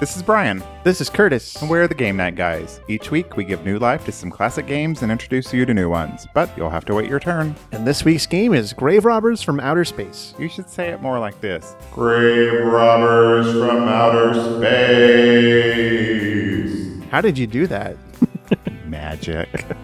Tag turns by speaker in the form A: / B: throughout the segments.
A: This is Brian,
B: This is Curtis.
A: and we're the Game Night Guys. Each week, we give new life to some classic games and introduce you to new ones, but you'll have to wait your turn.
B: And this week's game is Grave Robbers from Outer Space.
A: You should say it more like this Grave Robbers from Outer Space!
B: How did you do that?
A: Magic.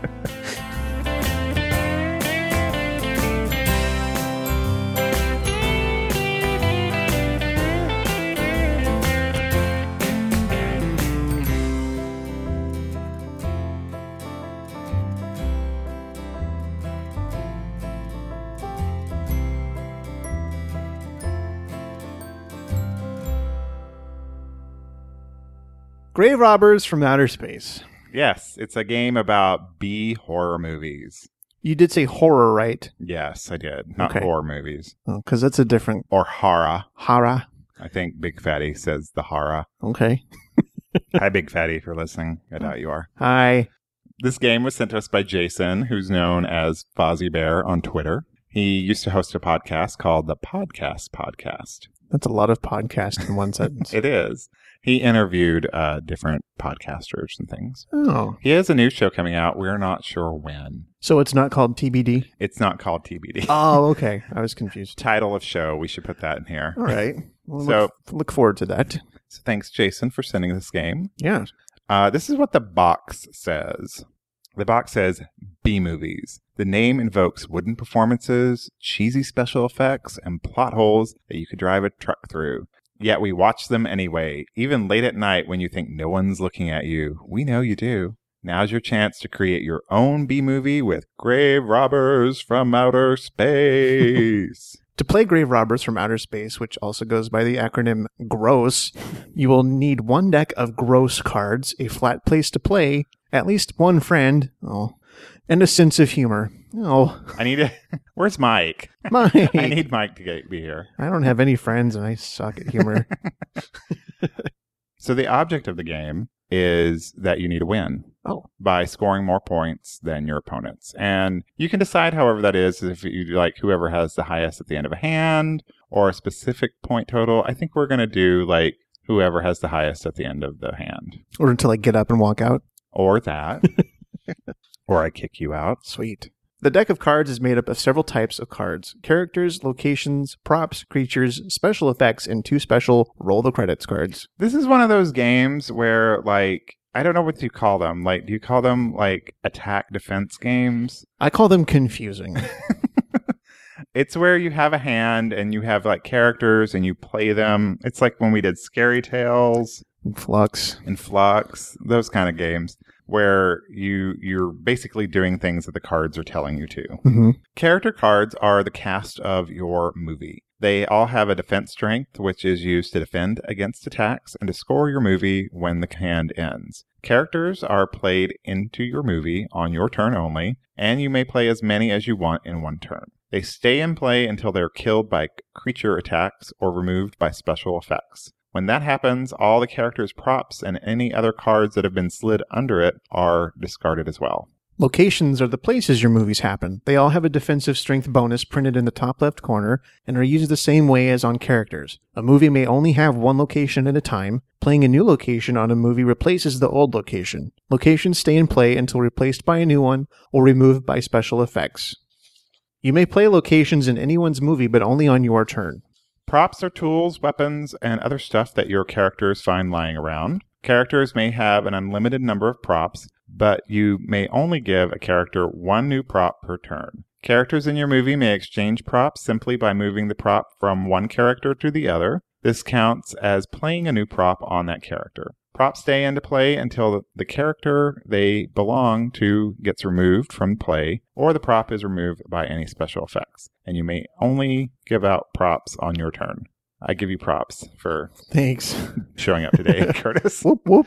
B: Grave Robbers from Outer Space.
A: yes, it's a game about B horror movies.
B: You did say horror, right?
A: Yes, I did. Not
B: Okay.
A: horror movies.
B: Because that's a different
A: Or horror.
B: horror.
A: I think Big Fatty says the horror.
B: Okay.
A: Hi, Big Fatty, if you're listening. I doubt you are.
B: Hi.
A: This game was sent to us by Jason, who's known as Fozzie Bear on Twitter. He used to host a podcast called the Podcast Podcast.
B: That's a lot of podcast in one sentence.
A: It is. He interviewed uh, different podcasters and things.
B: oh.
A: He has a new show coming out. We're not sure when.
B: So it's not called TBD?
A: It's not called TBD.
B: Oh, okay. I was confused.
A: Title of show. We should put that in here.
B: All right.
A: So-
B: Well, look, look forward to that.
A: So thanks, Jason, for sending this game.
B: Yeah.
A: Uh, this is what the box says. The box says B movies. The name invokes wooden performances, cheesy special effects, and plot holes that you could drive a truck through. Yet we watch them anyway, even late at night when you think no one's looking at you. We know you do. Now's your chance to create your own B movie with Grave Robbers from Outer Space.
B: To play Grave Robbers from Outer Space, which also goes by the acronym GROSS, you will need one deck of gross cards, a flat place to play, at least one friend, oh, and a sense of humor. Oh,
A: I need to. Where's Mike?
B: my.
A: I need Mike to get, be here.
B: I don't have any friends and I suck at humor.
A: So the object of the game is that you need to win.
B: Oh.
A: By scoring more points than your opponents. And you can decide however that is if you like whoever has the highest at the end of a hand or a specific point total. I think we're going to do like whoever has the highest at the end of the hand
B: or until I get up and walk out.
A: or that. or I kick you out.
B: Sweet. The deck of cards is made up of several types of cards characters, locations, props, creatures, special effects, and two special roll the credits cards.
A: This is one of those games where like I don't know what you call them. Like do you call them like attack defense games?
B: I call them confusing.
A: It's where you have a hand and you have like characters and you play them. It's like when we did Scary Tales
B: Flux.
A: and Flux, those kind of games where you you're basically doing things that the cards are telling you to.
B: Mm-hmm.
A: Character cards are the cast of your movie. They all have a defense strength, which is used to defend against attacks and to score your movie when the hand ends. Characters are played into your movie on your turn only, and you may play as many as you want in one turn. They stay in play until they're killed by creature attacks or removed by special effects. When that happens, all the character's props and any other cards that have been slid under it are discarded as well.
B: Locations are the places your movies happen. They all have a defensive strength bonus printed in the top left corner and are used the same way as on characters. A movie may only have one location at a time. Playing a new location on a movie replaces the old location. Locations stay in play until replaced by a new one or removed by special effects. You may play locations in anyone's movie, but only on your turn.
A: Props are tools, weapons, and other stuff that your characters find lying around. Characters may have an unlimited number of props, but you may only give a character one new prop per turn. Characters in your movie may exchange props simply by moving the prop from one character to the other. This counts as playing a new prop on that character. Props stay into play until the character they belong to gets removed from play or the prop is removed by any special effects. And you may only give out props on your turn. I give you props for
B: Thanks.
A: showing up today, Curtis.
B: whoop whoop.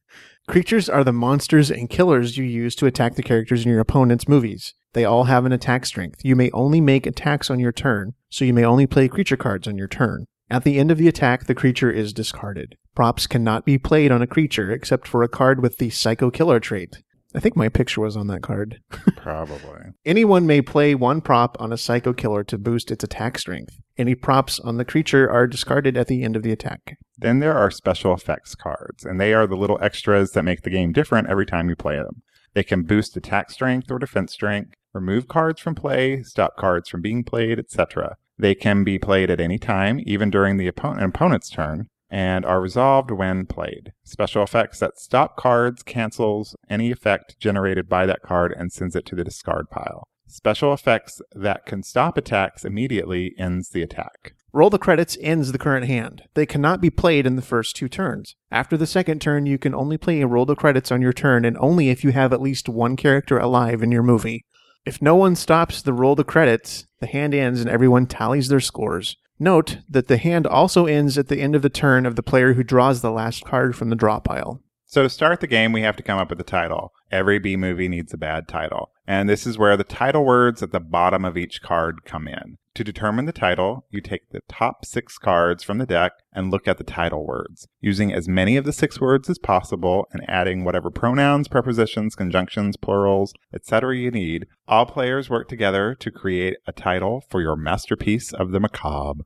B: Creatures are the monsters and killers you use to attack the characters in your opponent's movies. They all have an attack strength. You may only make attacks on your turn, so you may only play creature cards on your turn. At the end of the attack, the creature is discarded. Props cannot be played on a creature except for a card with the Psycho Killer trait. I think my picture was on that card.
A: Probably.
B: Anyone may play one prop on a psycho killer to boost its attack strength. Any props on the creature are discarded at the end of the attack.
A: Then there are special effects cards, and they are the little extras that make the game different every time you play them. They can boost attack strength or defense strength, remove cards from play, stop cards from being played, etc. They can be played at any time, even during the oppo- opponent's turn, and are resolved when played. Special effects that stop cards cancels any effect generated by that card and sends it to the discard pile. Special effects that can stop attacks immediately ends the attack.
B: Roll the credits ends the current hand. They cannot be played in the first two turns. After the second turn, you can only play a roll the credits on your turn and only if you have at least one character alive in your movie. If no one stops the roll the credits, the hand ends and everyone tallies their scores. Note that the hand also ends at the end of the turn of the player who draws the last card from the draw pile.
A: So to start the game, we have to come up with a title. Every B movie needs a bad title. And this is where the title words at the bottom of each card come in. To determine the title, you take the top six cards from the deck and look at the title words, using as many of the six words as possible and adding whatever pronouns, prepositions, conjunctions, plurals, etc. you need. All players work together to create a title for your masterpiece of the macabre.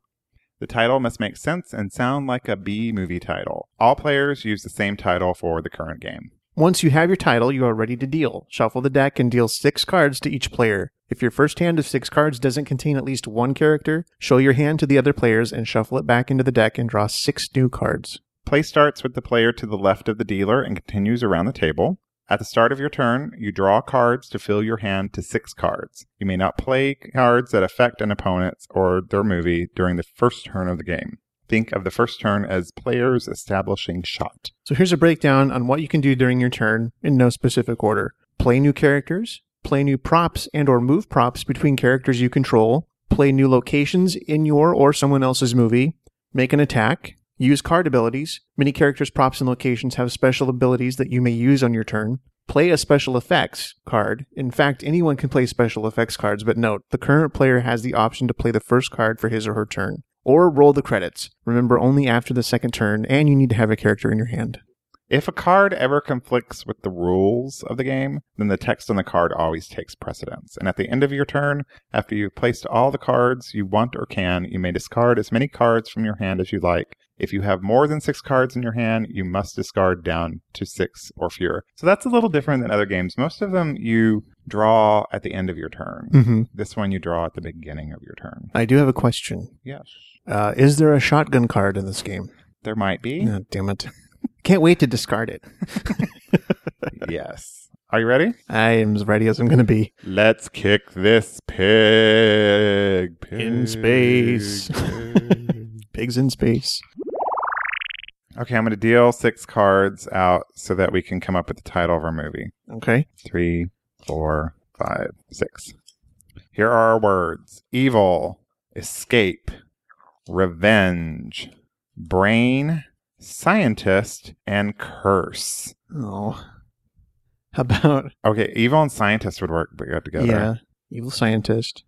A: The title must make sense and sound like a B movie title. All players use the same title for the current game.
B: Once you have your title, you are ready to deal. Shuffle the deck and deal six cards to each player. If your first hand of six cards doesn't contain at least one character, show your hand to the other players and shuffle it back into the deck and draw six new cards.
A: Play starts with the player to the left of the dealer and continues around the table. At the start of your turn, you draw cards to fill your hand to six cards. You may not play cards that affect an opponent or their movie during the first turn of the game. Think of the first turn as players establishing shot.
B: So here's a breakdown on what you can do during your turn in no specific order. Play new characters, play new props and or move props between characters you control, play new locations in your or someone else's movie, make an attack, use card abilities. Many characters, props and locations have special abilities that you may use on your turn. Play a special effects card. In fact, anyone can play special effects cards, but note, the current player has the option to play the first card for his or her turn. Or roll the credits. Remember, only after the second turn, and you need to have a character in your hand.
A: If a card ever conflicts with the rules of the game, then the text on the card always takes precedence. And at the end of your turn, after you've placed all the cards you want or can, you may discard as many cards from your hand as you like. If you have more than six cards in your hand, you must discard down to six or fewer. So that's a little different than other games. Most of them you draw at the end of your turn.
B: Mm-hmm.
A: This one you draw at the beginning of your turn.
B: I do have a question.
A: Yes.
B: Uh, is there a shotgun card in this game?
A: There might be.
B: Ah, damn it. Can't wait to discard it.
A: yes. Are you ready?
B: I am as ready as I'm going to be.
A: Let's kick this pig. pig
B: In space.
A: pig.
B: Pigs in space.
A: Okay, I'm going to deal six cards out so that we can come up with the title of our movie.
B: Okay.
A: Three, four, five, six. Here are our words evil, escape, revenge, brain, scientist, and curse.
B: Oh. How about,
A: Okay, evil and scientist would work together.
B: yeah, evil scientist?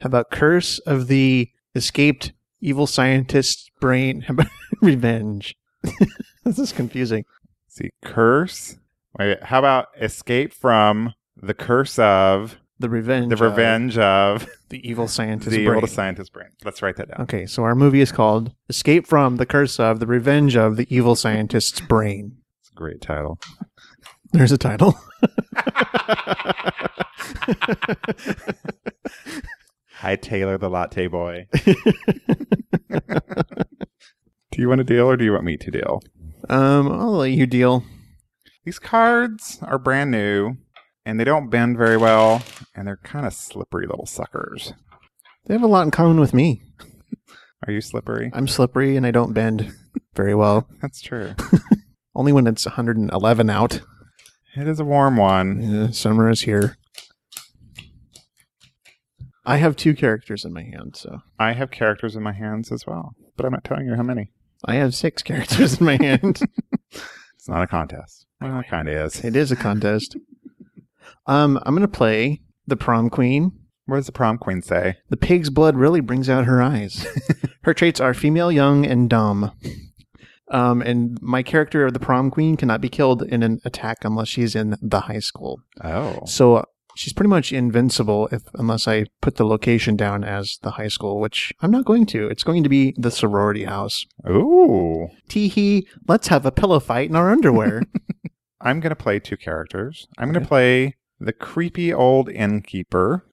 B: How about curse of the escaped evil scientist brain? How about revenge? this is confusing.
A: See, curse. Wait, how about escape from the curse of
B: The revenge.
A: the
B: of
A: revenge of
B: the evil scientist
A: the
B: brain.
A: evil scientist brain? Let's write that down.
B: okay, so our movie is called Escape from the Curse of the Revenge of the Evil Scientist's Brain.
A: It's a great title.
B: There's a title.
A: Hi, Taylor the Latte Boy. do you want to deal or do you want me to deal?
B: Um, I'll let you deal.
A: These cards are brand new and they don't bend very well and they're kind of slippery little suckers.
B: They have a lot in common with me.
A: Are you slippery?
B: I'm slippery and I don't bend very well.
A: That's true.
B: Only when it's 111 out.
A: It is a warm one.
B: Yeah, summer is here. I have two characters in my hand, so
A: I have characters in my hands as well, but I'm not telling you how many.
B: I have six characters in my hand.
A: It's not a contest. Well, it kind of is.
B: it is a contest. Um, I'm gonna play the prom queen.
A: What does the prom queen say?
B: The pig's blood really brings out her eyes. her traits are female, young, and dumb. Um, and my character of the prom queen cannot be killed in an attack unless she's in the high school.
A: Oh.
B: So uh, she's pretty much invincible if unless I put the location down as the high school, which I'm not going to. It's going to be the sorority house.
A: Ooh.
B: Tee hee, let's have a pillow fight in our underwear.
A: I'm going to play two characters. I'm going to play the creepy old innkeeper.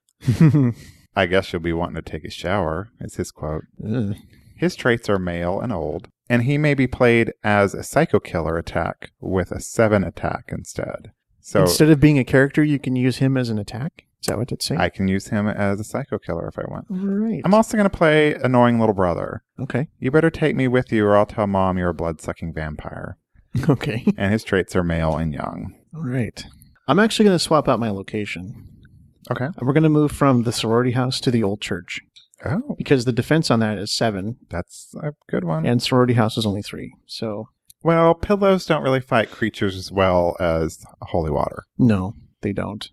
A: I guess you'll be wanting to take a shower, is his quote.
B: Ugh.
A: His traits are male and old, and he may be played as a psycho killer attack with a seven attack instead. So
B: Instead of being a character, you can use him as an attack. Is that what it's saying?
A: I can use him as a psycho killer if I want.
B: All right.
A: I'm also going to play annoying little brother.
B: okay.
A: You better take me with you, or I'll tell mom you're a blood sucking vampire.
B: Okay.
A: And his traits are male and young.
B: All right. I'm actually going to swap out my location.
A: Okay.
B: And we're going to move from the sorority house to the old church
A: Oh,
B: because the defense on that is seven
A: that's a good one.
B: and sorority house is only three. So,
A: Well, pillows don't really fight creatures as well as holy water.
B: no, they don't.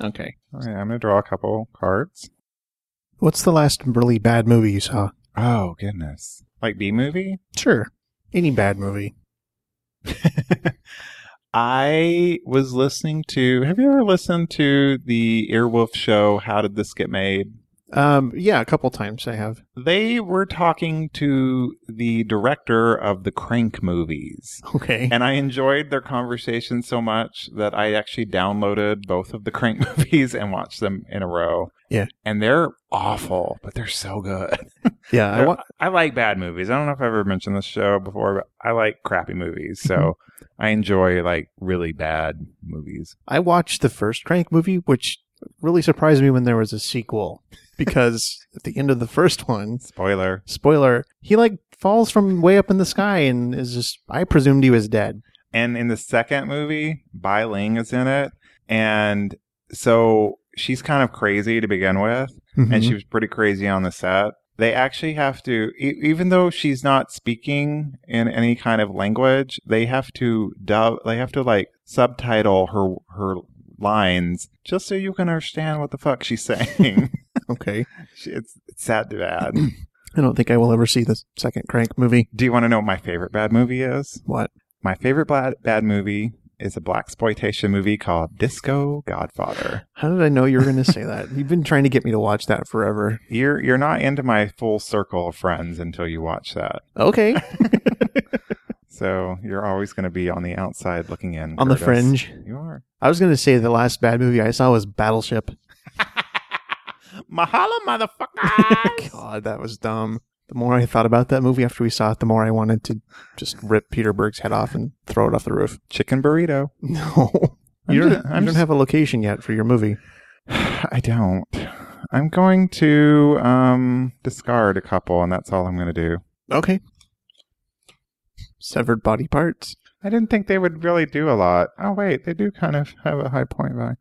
B: okay.
A: All right, I'm going to draw a couple cards.
B: What's the last really bad movie you saw?
A: Oh, goodness. Like B movie?
B: Sure. Any bad movie.
A: I was listening to. Have you ever listened to the Earwolf show, How Did This Get Made?
B: Um, yeah, a couple times I have.
A: They were talking to the director of the Crank movies.
B: Okay.
A: And I enjoyed their conversation so much that I actually downloaded both of the Crank movies and watched them in a row.
B: Yeah.
A: And they're awful, but they're so good.
B: yeah, I
A: They're-
B: wa-
A: I like bad movies. I don't know if I've ever mentioned this show before, but I like crappy movies.
B: Mm-hmm.
A: So I enjoy like really bad movies.
B: I watched the first Crank movie, which really surprised me when there was a sequel because at the end of the first one,
A: Spoiler.
B: spoiler, he like falls from way up in the sky and is just I presumed he was dead.
A: And in the second movie, Bai Ling is in it. And so she's kind of crazy to begin with.
B: Mm-hmm.
A: and she was pretty crazy on the set. They actually have to, e- even though she's not speaking in any kind of language, they have to dub, they have to like subtitle her her lines just so you can understand what the fuck she's saying.
B: okay.
A: She- it's, it's sad to bad.
B: I don't think I will ever see the second Crank movie.
A: Do you want to know what my favorite bad movie is?
B: What?
A: My favorite bad, bad movie is a black exploitation movie called Disco Godfather.
B: How did I know you were going to say that? You've been trying to get me to watch that forever.
A: You're you're not into my full circle of friends until you watch that.
B: Okay.
A: So you're always going to be on the outside looking in.
B: On the
A: Curtis.
B: fringe.
A: You are.
B: I was going to say the last bad movie I saw was Battleship.
A: Mahalo, motherfucker.
B: God, that was dumb. The more I thought about that movie after we saw it, the more I wanted to just rip Peter Berg's head off and throw it off the roof.
A: Chicken burrito.
B: No. You
A: I'm
B: don't,
A: just-
B: you
A: I'm
B: don't
A: just-
B: have a location yet for your movie.
A: I don't. I'm going to um, discard a couple, and that's all I'm going to do.
B: Okay. Severed body parts.
A: I didn't think they would really do a lot. Oh, wait, they do kind of have a high point value.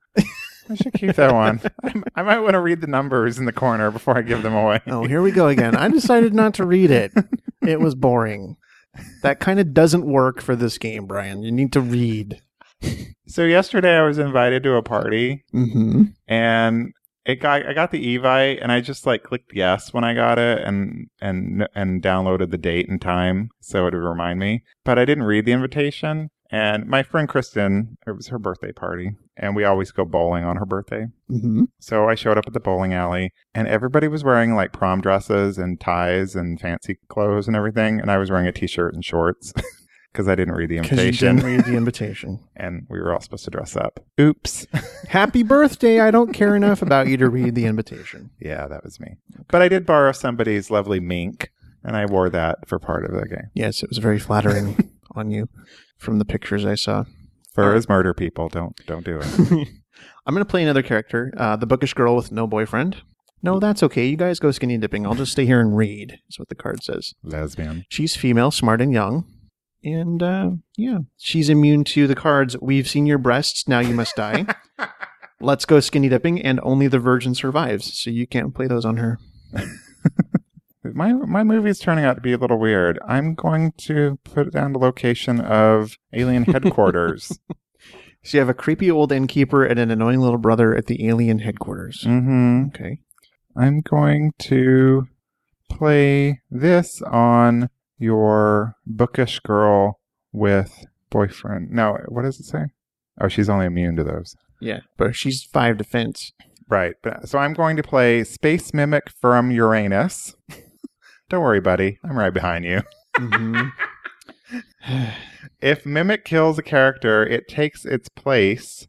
A: I should keep that one. I, I might want to read the numbers in the corner before I give them away.
B: Oh, here we go again. I decided not to read it. It was boring. That kind of doesn't work for this game, Brian. You need to read.
A: So yesterday I was invited to a party,
B: Mm-hmm.
A: and it got I got the Evite and I just like clicked yes when I got it and and and downloaded the date and time so it would remind me. But I didn't read the invitation. And my friend Kristen, it was her birthday party, and we always go bowling on her birthday.
B: Mm-hmm.
A: So I showed up at the bowling alley, and everybody was wearing like prom dresses and ties and fancy clothes and everything, and I was wearing a t-shirt and shorts because I didn't read the
B: Because you
A: invitation,
B: didn't read the invitation.
A: and we were all supposed to dress up. Oops.
B: Happy birthday. I don't care enough about you to read the invitation.
A: Yeah, that was me. But I did borrow somebody's lovely mink, and I wore that for part of the game.
B: Yes, it was very flattering on you from the pictures I saw.
A: Fur is murder, people. Don't don't do it.
B: I'm going to play another character, uh, the bookish girl with no boyfriend. No, that's okay. You guys go skinny dipping. I'll just stay here and read, is what the card says.
A: Lesbian.
B: She's female, smart, and young. And uh, yeah, she's immune to the cards. We've seen your breasts. Now you must die. Let's go skinny dipping, and only the virgin survives. So you can't play those on her.
A: My my movie's turning out to be a little weird. I'm going to put down the location of alien headquarters.
B: So you have a creepy old innkeeper and an annoying little brother at the alien headquarters.
A: mm-hmm.
B: Okay.
A: I'm going to play this on your bookish girl with boyfriend. No, what does it say? Oh, she's only immune to those.
B: Yeah, but she's five defense.
A: Right. But- So I'm going to play Space Mimic from Uranus. Don't worry, buddy. I'm right behind you. Mm-hmm.
B: hmm
A: If Mimic kills a character, it takes its place.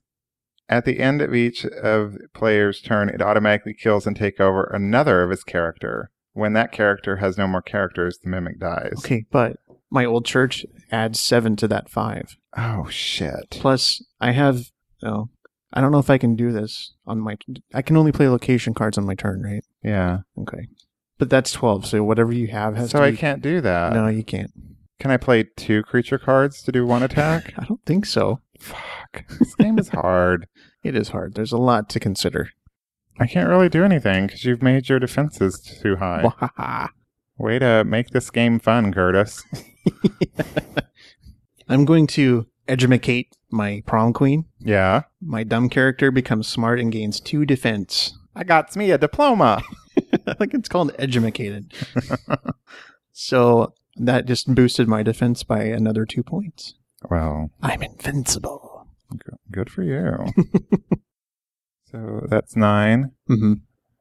A: At the end of each of player's turn, it automatically kills and take over another of its character. When that character has no more characters, the mimic dies.
B: okay, but my old church adds seven to that five.
A: Oh shit.
B: Plus, I have. Oh, I don't know if I can do this on my. I can only play location cards on my turn, right?
A: Yeah.
B: Okay, but that's twelve. So whatever you have has
A: So
B: to.
A: I
B: be-
A: can't do that.
B: No, you can't.
A: Can I play two creature cards to do one attack?
B: I don't think so.
A: Fuck. This game is hard.
B: It is hard. There's a lot to consider.
A: I can't really do anything because you've made your defenses too high.
B: Wahaha.
A: Way to make this game fun, Curtis.
B: I'm going to edumacate my prom queen.
A: yeah.
B: My dumb character becomes smart and gains two defense.
A: I got me a diploma.
B: I think it's called edumacated. so that just boosted my defense by another two points.
A: Well,
B: I'm invincible.
A: g- good for you. so that's nine,
B: Mm-hmm.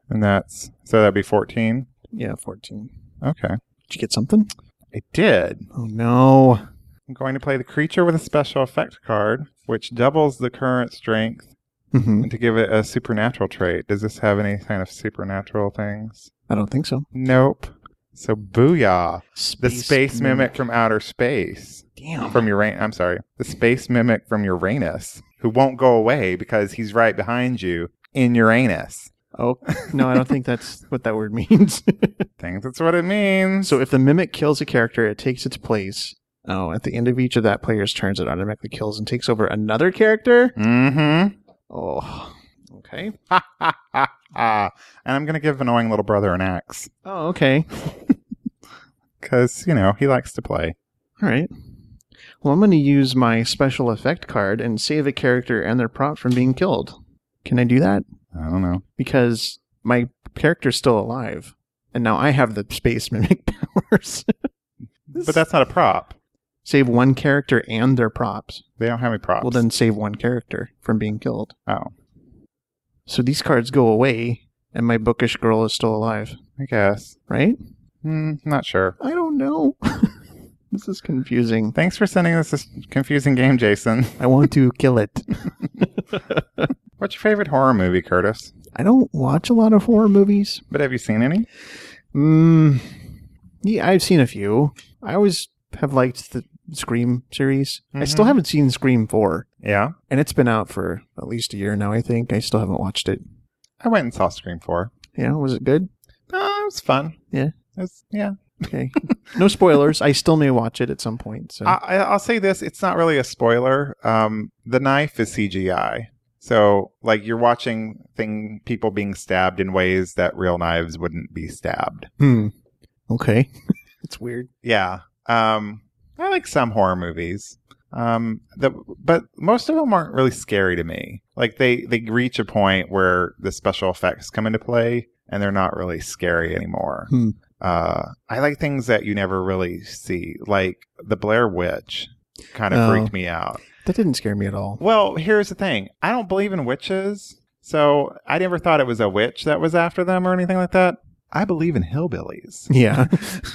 A: and that's so that'd be 14.
B: Yeah, 14.
A: Okay.
B: Did you get something?
A: I did.
B: Oh, no.
A: I'm going to play the creature with a special effect card, which doubles the current strength
B: Mm-hmm.
A: and to give it a supernatural trait. Does this have any kind of supernatural things?
B: I don't think so.
A: Nope. So booyah. The space mimic,
B: mimic.
A: from outer space.
B: Damn.
A: From Uranus. I'm sorry. The space mimic from Uranus, who won't go away because he's right behind you in Uranus.
B: oh, no, I don't think that's what that word means.
A: Think that's what it means.
B: So if the mimic kills a character, it takes its place. Oh, at the end of each of that player's turns, it automatically kills and takes over another character.
A: Mm-hmm.
B: Oh, okay.
A: Ah. And I'm gonna give annoying little brother an axe.
B: Oh, okay.
A: Because, you know, he likes to play.
B: All right. Well, I'm going to use my special effect card and save a character and their prop from being killed. Can I do that?
A: I don't know.
B: Because my character's still alive, and now I have the space mimic powers.
A: But that's not a prop.
B: save one character and their props.
A: They don't have any props.
B: Well, then save one character from being killed.
A: Oh.
B: So these cards go away, and my bookish girl is still alive,
A: I guess.
B: right?
A: Hmm, not sure.
B: I don't know. this is confusing.
A: Thanks for sending us this confusing game, Jason.
B: I want to kill it.
A: What's your favorite horror movie, Curtis?
B: I don't watch a lot of horror movies.
A: But have you seen any?
B: Mm, yeah, I've seen a few. I always have liked the Scream series. I still
A: Mhm.
B: haven't seen Scream 4,
A: Yeah.
B: and it's been out for at least a year now, I think. I still haven't watched it.
A: I went and saw Scream 4.
B: Yeah, was it good?
A: Oh, it was fun.
B: Yeah.
A: It was, yeah.
B: Okay. no spoilers. I still may watch it at some point. So
A: I, I- I'll say this it's not really a spoiler. Um, the knife is CGI. So, like, you're watching thing people being stabbed in ways that real knives wouldn't be stabbed.
B: Hmm. Okay. it's weird.
A: Yeah. Um, I like some horror movies. Um, the, but most of them aren't really scary to me. Like they, they reach a point where the special effects come into play and they're not really scary anymore.
B: Hmm.
A: Uh, I like things that you never really see, like the Blair Witch kind of
B: Oh.
A: freaked me out.
B: That didn't scare me at all.
A: Well, here's the thing. I don't believe in witches. So I never thought it was a witch that was after them or anything like that. I believe in hillbillies.
B: Yeah.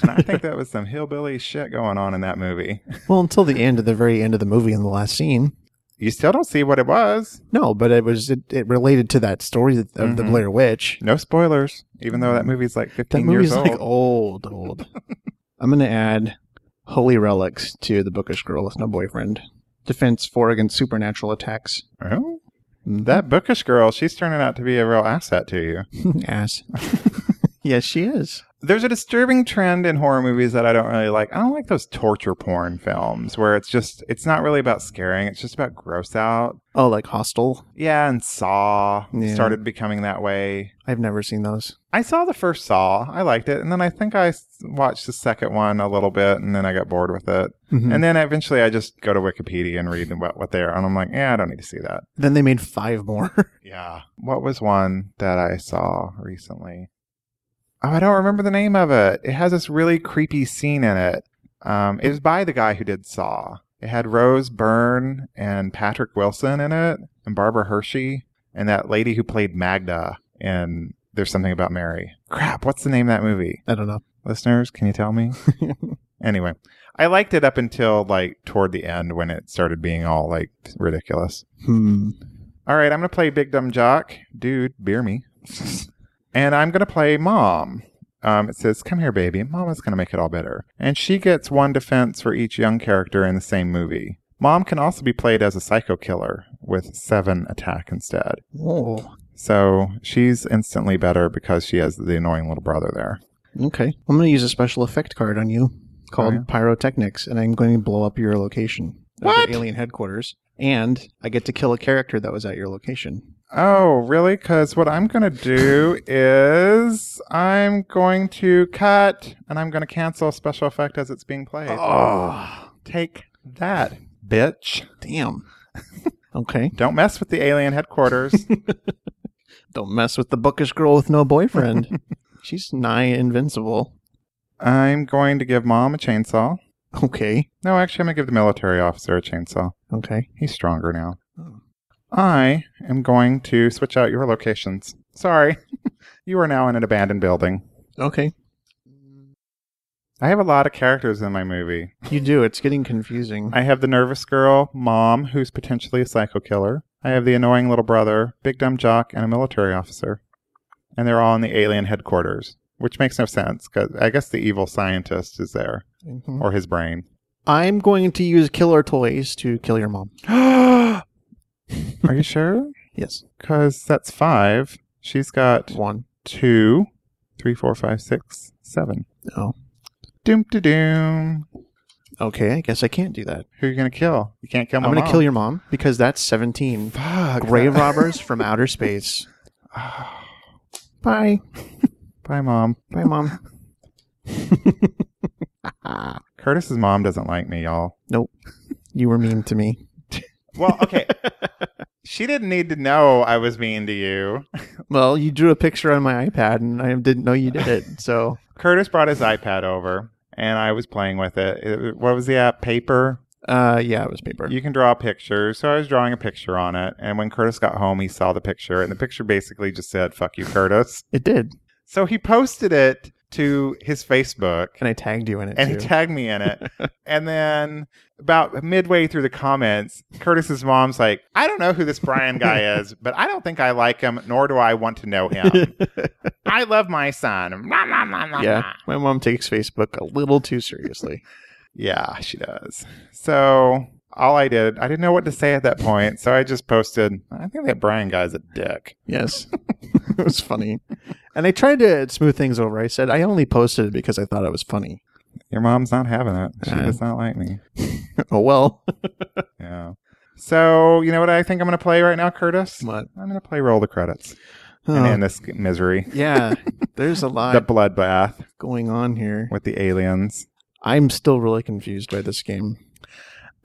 A: and I think that was some hillbilly shit going on in that movie.
B: well, until the end of the very end of the movie in the last scene.
A: You still don't see what it was.
B: No, but it was it, it related to that story of the
A: Mhm.
B: Blair Witch.
A: No spoilers, even though that movie's like
B: That
A: 15
B: movie's
A: years old.
B: like old, old. I'm gonna add holy relics to the bookish girl with no boyfriend. Defense four against supernatural attacks.
A: Oh,
B: Mm,
A: that bookish girl, she's turning out to be a real asset to you.
B: ass. yes, she is.
A: There's a disturbing trend in horror movies that I don't really like. I don't like those torture porn films where it's just, it's not really about scaring, it's just about gross out.
B: Oh, like Hostel.
A: Yeah, and Saw
B: Yeah.
A: started becoming that way.
B: I've never seen those.
A: I saw the first Saw. I liked it. And then I think I s- watched the second one a little bit and then I got bored with it.
B: And
A: And then eventually I just go to Wikipedia and read what, what they are. And I'm like, yeah, I don't need to see that.
B: then they made five more.
A: Yeah. What was one that I saw recently? Oh, I don't remember the name of it. It has this really creepy scene in it Um, it was by the guy who did Saw. It had Rose Byrne and Patrick Wilson in it, and Barbara Hershey, and that lady who played Magda in There's Something About Mary. Crap, what's the name of that movie?
B: I don't know.
A: Listeners, can you tell me? anyway, I liked it up until like toward the end when it started being all like ridiculous.
B: Hmm.
A: All right, I'm going to play Big Dumb Jock. Dude, beer me. and I'm going to play Mom. Um, it says, Come here, baby. Mama's going to make it all better. And she gets one defense for each young character in the same movie. Mom can also be played as a psycho killer with seven attack instead.
B: Oh,
A: So she's instantly better because she has the annoying little brother there.
B: okay. I'm going to use a special effect card on you called
A: Oh, yeah.
B: Pyrotechnics, and I'm going to blow up your location. of your
A: What?
B: Alien headquarters. And I get to kill a character that was at your location.
A: Oh, really? Because what I'm going to do is I'm going to cut and I'm going to cancel special effect as it's being played.
B: Oh,
A: Take that, bitch.
B: damn. okay.
A: Don't mess with the alien headquarters.
B: Don't mess with the bookish girl with no boyfriend. She's nigh invincible.
A: I'm going to give mom a chainsaw.
B: Okay.
A: No, actually, I'm going to give the military officer a chainsaw.
B: Okay.
A: He's stronger now.
B: Oh.
A: I am going to switch out your locations. Sorry. you are now in an abandoned building.
B: Okay.
A: I have a lot of characters in my movie.
B: You do. It's getting confusing.
A: I have the nervous girl, mom, who's potentially a psycho killer. I have the annoying little brother, big dumb jock, and a military officer. And they're all in the alien headquarters, which makes no sense because I guess the evil scientist is there,
B: Mhm.
A: or his brain.
B: I'm going to use killer toys to kill your mom.
A: are you sure?
B: Yes.
A: Because that's five. She's got
B: One.
A: two, three, four, five, six, seven.
B: Oh.
A: Doom to doom.
B: Okay. I guess I can't do that.
A: Who are you gonna kill? You can't kill my
B: I'm going to
A: mom.
B: kill your mom because that's 17.
A: Fuck.
B: Grave robbers from outer space. Bye.
A: Bye, mom.
B: Bye, mom.
A: Curtis's mom doesn't like me, y'all.
B: You were mean to me.
A: Well, okay. she didn't need to know I was mean to you.
B: Well, you drew a picture on my iPad and I didn't know you did it. So,
A: Curtis brought his iPad over, and I was playing with it. It- What was the app? Paper.
B: uh, yeah, it was paper.
A: You can draw pictures. So I was drawing a picture on it, and when Curtis got home, he saw the picture, and the picture basically just said "fuck you, Curtis."
B: It did.
A: So he posted it to his Facebook.
B: And I tagged you in it
A: and
B: too.
A: he tagged me in it. and then about midway through the comments, Curtis's mom's like, I don't know who this Brian guy is, but I don't think I like him, nor do I want to know him. I love my son. Nah, nah, nah, nah,
B: yeah,
A: nah.
B: my mom takes Facebook a little too seriously.
A: Yeah, she does. So all I did, I didn't know what to say at that point. So I just posted, I think that Brian guy's a dick.
B: yes, it was funny, and I tried to smooth things over. I said I only posted it because I thought it was funny.
A: Your mom's not having it. She
B: Uh.
A: does not like me.
B: oh well,
A: Yeah. So you know what I think I'm going to play right now, Curtis?
B: but
A: I'm going to play roll the credits and end this misery.
B: yeah, there's a lot
A: the bloodbath
B: going on here.
A: with the aliens.
B: I'm still really confused by this game.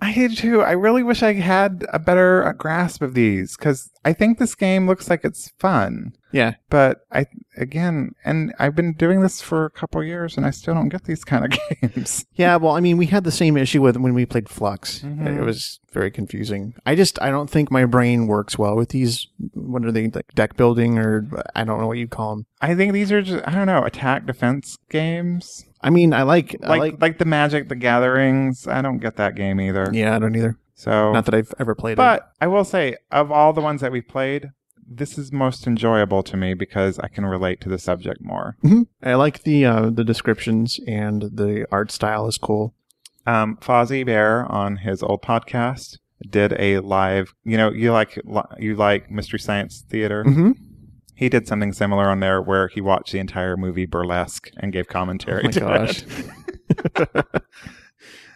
A: I did too. I really wish I had a better uh, grasp of these because I think this game looks like it's fun.
B: Yeah.
A: But I, again, and I've been doing this for a couple years and I still don't get these kind of games.
B: Yeah, well, I mean, we had the same issue with when we played Flux.
A: Mhm.
B: It was very confusing. I just I don't think my brain works well with these. What are they like deck building or I don't know what you call them.
A: I think these are just, I don't know, attack defense games.
B: I mean, I like, I
A: Like, like, the Magic, the Gatherings. I don't get that game either.
B: yeah, I don't either.
A: So,
B: Not that I've ever played it.
A: but I will say, of all the ones that we played, this is most enjoyable to me because I can relate to the subject more.
B: I like the uh, the descriptions and the art style is cool.
A: um, Fozzie Bear on his old podcast did a live. You know, you like you like Mystery Science Theater.
B: Mm-hmm.
A: He did something similar on there where he watched the entire movie Burlesque and gave commentary.
B: Oh my
A: to
B: gosh.
A: it.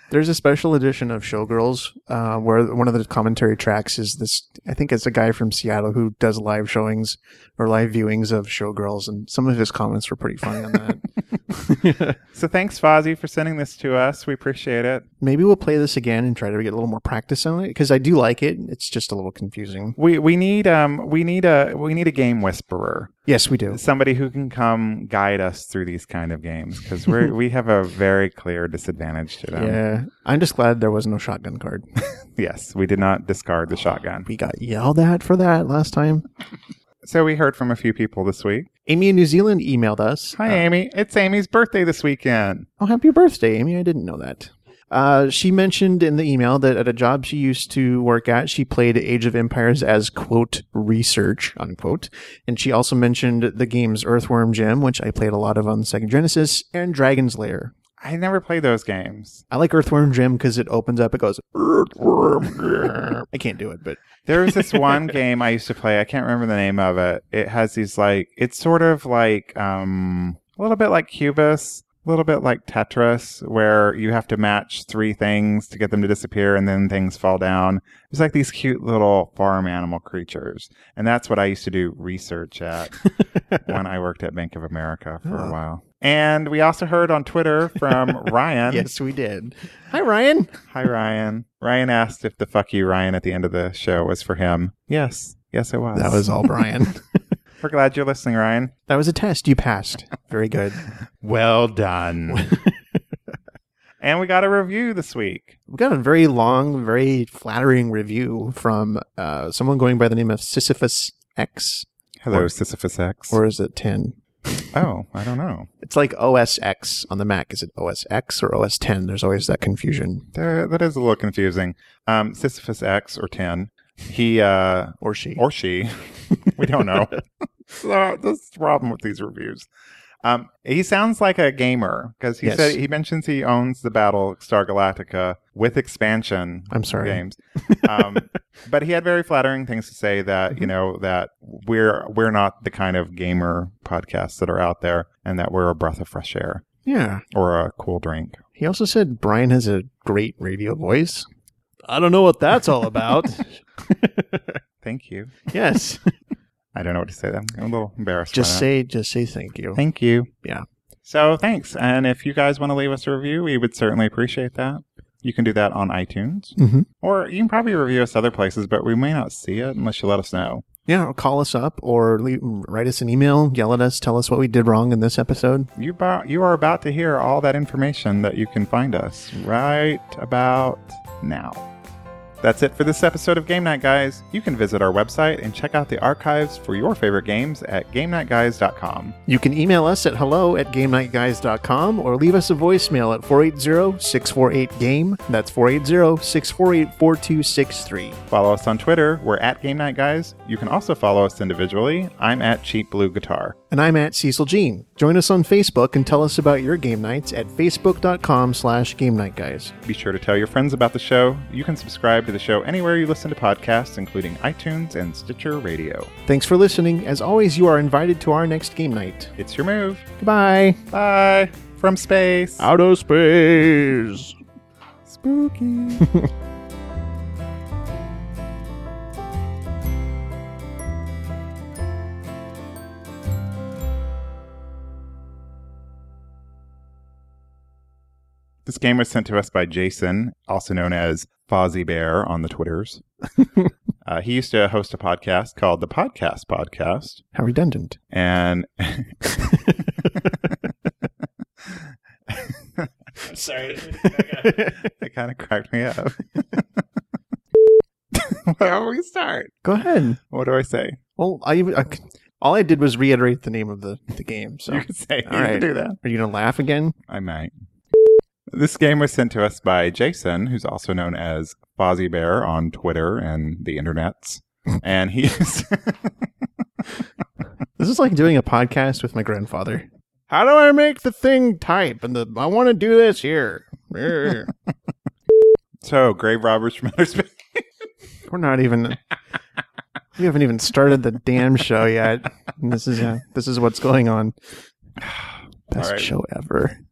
B: There's a special edition of Showgirls uh, where one of the commentary tracks is this. I think it's a guy from Seattle who does live showings or live viewings of Showgirls, and some of his comments were pretty funny on that.
A: So thanks Fozzie for sending this to us. We appreciate it.
B: Maybe we'll play this again and try to get a little more practice on it because I do like it. It's just a little confusing.
A: We we need um we need a we need a game whisperer.
B: Yes, we do.
A: somebody who can come guide us through these kind of games because we we have a very clear disadvantage to them.
B: Yeah. I'm just glad there was no shotgun card.
A: Yes, we did not discard the shotgun.
B: We got yelled at for that last time.
A: So we heard from a few people this week.
B: Amy in New Zealand emailed us.
A: Hi, Amy. It's Amy's birthday this weekend.
B: Oh, happy birthday, Amy. I didn't know that. Uh, she mentioned in the email that at a job she used to work at, she played Age of Empires as, quote, research, unquote. And she also mentioned the games Earthworm Jim, which I played a lot of on the Sega Genesis, and Dragon's Lair.
A: I never played those games.
B: I like Earthworm Jim because it opens up, it goes, Earthworm. I can't do it, but
A: There was this one game I used to play. I can't remember the name of it. It has these like it's sort of like um a little bit like Cubus, a little bit like Tetris, where you have to match three things to get them to disappear, and then things fall down. It's like these cute little farm animal creatures, and that's what I used to do research at when I worked at Bank of America for a
B: Oh.
A: while. And we also heard on Twitter from Ryan.
B: yes, we did. Hi, Ryan.
A: Hi, Ryan. Ryan asked if the fuck you, Ryan, at the end of the show was for him. Yes. Yes, it was.
B: That was all Brian.
A: We're glad you're listening, Ryan.
B: that was a test. You passed. Very good.
A: Well done. and we got a review this week.
B: We got a very long, very flattering review from uh, someone going by the name of Sisyphus X,
A: Hello,
B: Or-
A: Sisyphus X.
B: or is it 10?
A: oh, I don't know.
B: It's like OS X on the Mac. Is it OS X or OS 10? There's always that confusion.
A: There, that is a little confusing. Um, Sisyphus X or 10. He, uh,
B: Or she.
A: or she. we don't know. so that's the problem with these reviews. Um, he sounds like a gamer because he
B: Yes.
A: said he mentions he owns the Battlestar Galactica with expansion
B: I'm sorry.
A: games. Um, but he had very flattering things to say that
B: Mm-hmm.
A: you know that we're we're not the kind of gamer podcasts that are out there, and that we're a breath of fresh air
B: Yeah.
A: or a cool drink.
B: He also said Brian has a great radio voice. I don't know what that's all about.
A: Thank you.
B: yes.
A: I don't know what to say. I'm a little embarrassed. by
B: Just
A: that.
B: say, just say thank you.
A: Thank you.
B: Yeah.
A: So thanks. And if you guys want to leave us a review, we would certainly appreciate that. You can do that on iTunes.
B: Mhm.
A: Or you can probably review us other places, but we may not see it unless you let us know.
B: Yeah. Or call us up or leave, write us an email, yell at us, tell us what we did wrong in this episode.
A: You, bo- you are about to hear all that information that you can find us right about now. That's it for this episode of Game Night Guys. You can visit our website and check out the archives for your favorite games at GameNightGuys.com.
B: You can email us at hello at GameNightGuys.com or leave us a voicemail at 480 648 GAME. E. That's 480 648 4263.
A: Follow us on Twitter. We're at Game Night Guys. You can also follow us individually. I'm at Cheap Blue Guitar.
B: And I'm at Cecil Jean. Join us on Facebook and tell us about your game nights at facebook.com slash game night guys.
A: Be sure to tell your friends about the show. You can subscribe to the show anywhere you listen to podcasts, including iTunes and Stitcher Radio.
B: Thanks for listening. As always, you are invited to our next game night.
A: It's your move.
B: Goodbye.
A: Bye. From space.
B: Out of space.
A: Spooky. this game was sent to us by Jason, also known as Fozzie Bear on the Twitters. uh, he used to host a podcast called The Podcast Podcast,
B: How redundant.
A: and
B: Sorry.
A: it kind of cracked me up. Where do we start?
B: Go ahead.
A: What do I say?
B: Well, I, I all I did was reiterate the name of the, the game. So
A: You can say you
B: All
A: can
B: right.
A: do that.
B: are you gonna laugh again?
A: I might. This game was sent to us by Jason, who's also known as Fozzie Bear on Twitter and the internets. And he's
B: This is like doing a podcast with my grandfather. How do I make the thing type? And the I want to do this here. We're
A: so grave robbers from outer space.
B: not even. We haven't even started the damn show yet. And this is uh, this is what's going on. Best
A: All right.
B: show ever.